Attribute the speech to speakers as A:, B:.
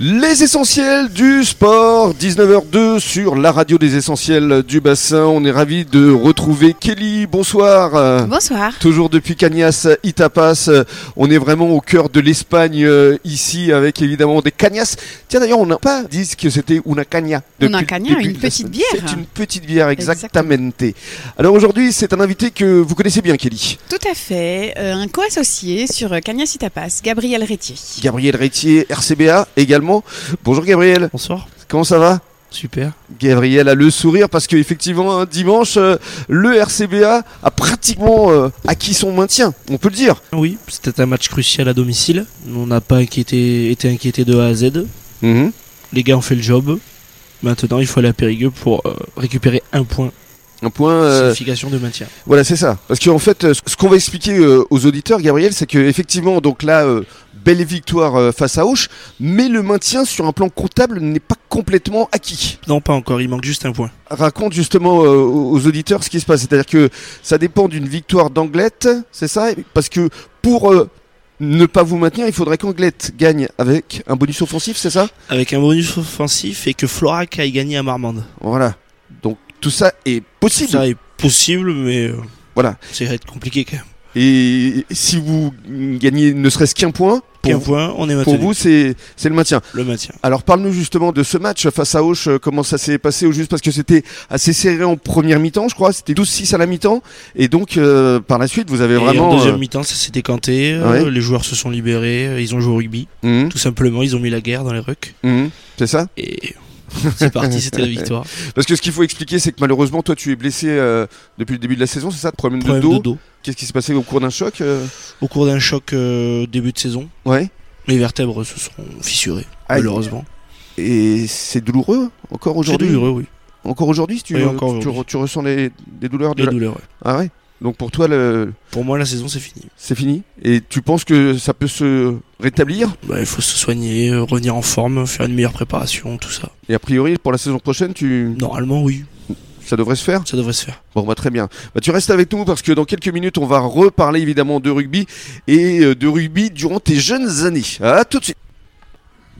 A: Les essentiels du sport, 19h02 sur la radio des essentiels du bassin. On est ravi de retrouver Kelly. Bonsoir. Euh,
B: Bonsoir.
A: Toujours depuis Cagnas, Itapas. Euh, On est vraiment au cœur de l'Espagne euh, ici avec évidemment des cañas. Tiens d'ailleurs, on n'a pas dit que c'était una caña.
B: Una
A: depuis le
B: caña,
A: début
B: une
A: de la
B: petite
A: semaine.
B: bière.
A: C'est une petite bière,
B: Exactement.
A: exactamente. Alors aujourd'hui, c'est un invité que vous connaissez bien, Kelly.
B: Tout à fait. euh, un co-associé sur euh, Cagnas Itapas, Gabriel Rétier.
A: Gabriel Rétier, RCBA également. Bonjour Gabriel,
C: Bonsoir.
A: comment ça va
C: Super.
A: Gabriel a le sourire parce qu'effectivement, dimanche, euh, le RCBA a pratiquement euh, acquis son maintien, on peut le dire.
C: Oui, c'était un match crucial à domicile. On n'a pas inquiété, été inquiété de A à Z. Les gars ont fait le job. Maintenant, il faut aller à Périgueux pour euh, récupérer un point.
A: Un point. euh,
C: Signification de maintien.
A: voilà, c'est ça. Parce qu'en fait, euh, ce ce qu'on va expliquer euh, aux auditeurs, Gabriel, c'est que effectivement, donc là, euh, belle victoire euh, face à Auch, mais le maintien sur un plan comptable n'est pas complètement acquis.
C: Non, pas encore. Il manque juste un point.
A: Raconte justement euh, aux aux auditeurs ce qui se passe. C'est-à-dire que ça dépend d'une victoire d'Anglette, c'est ça Parce que pour euh, ne pas vous maintenir, il faudrait qu'Anglette gagne avec un bonus offensif, c'est ça
C: Avec un bonus offensif et que Florac aille gagner à Marmande.
A: Voilà. Donc tout ça est possible.
C: Ça est possible, mais euh,
A: Voilà.
C: ça va être compliqué quand même.
A: Et si vous gagnez ne serait-ce qu'un point, pour,
C: Qu'un
A: vous-
C: point, on est
A: pour
C: maintenu.
A: vous, c'est c'est le maintien.
C: Le maintien.
A: Alors parle-nous justement de ce match face à Auch, euh, comment ça s'est passé au juste parce que c'était assez serré en première mi-temps, je crois, c'était 12-6 à la mi-temps et donc euh, par la suite, vous avez
C: Et
A: vraiment
C: en deuxième
A: euh,
C: mi-temps, ça s'est décanté. euh,
A: Ouais.
C: Les joueurs se sont libérés. euh, Ils ont joué au rugby.
A: mhm,
C: Tout simplement, ils ont mis la guerre dans les rucks.
A: mhm, c'est ça
C: Et c'est parti, c'était la victoire.
A: Parce que ce qu'il faut expliquer, c'est que malheureusement, toi, tu es blessé euh, depuis le début de la saison, c'est ça, de problème,
C: Problème
A: de dos.
C: de dos.
A: Qu'est-ce qui s'est passé au cours d'un choc euh
C: Au cours d'un choc euh, début de saison,
A: Ouais.
C: les vertèbres se sont fissurées,
A: Aïe.
C: malheureusement.
A: Et c'est douloureux encore
C: C'est
A: aujourd'hui.
C: douloureux, oui.
A: Encore aujourd'hui, si tu,
C: Oui, encore
A: tu,
C: aujourd'hui.
A: tu ressens les- des douleurs de
C: Les
A: la-
C: douleurs, ouais.
A: Ah ouais. Donc pour toi, le-
C: Pour moi, la saison, c'est fini.
A: c'est fini. Et tu penses que ça peut se rétablir
C: Bah, il faut se soigner, euh, revenir en forme, faire une meilleure préparation, tout ça.
A: Et a priori, pour la saison prochaine, tu
C: Normalement, oui,
A: ça devrait se faire.
C: ça devrait se faire.
A: Bon, bah, très bien. Bah, tu restes avec nous parce que dans quelques minutes, on va reparler évidemment de rugby et euh, de rugby durant tes jeunes années. À tout de suite.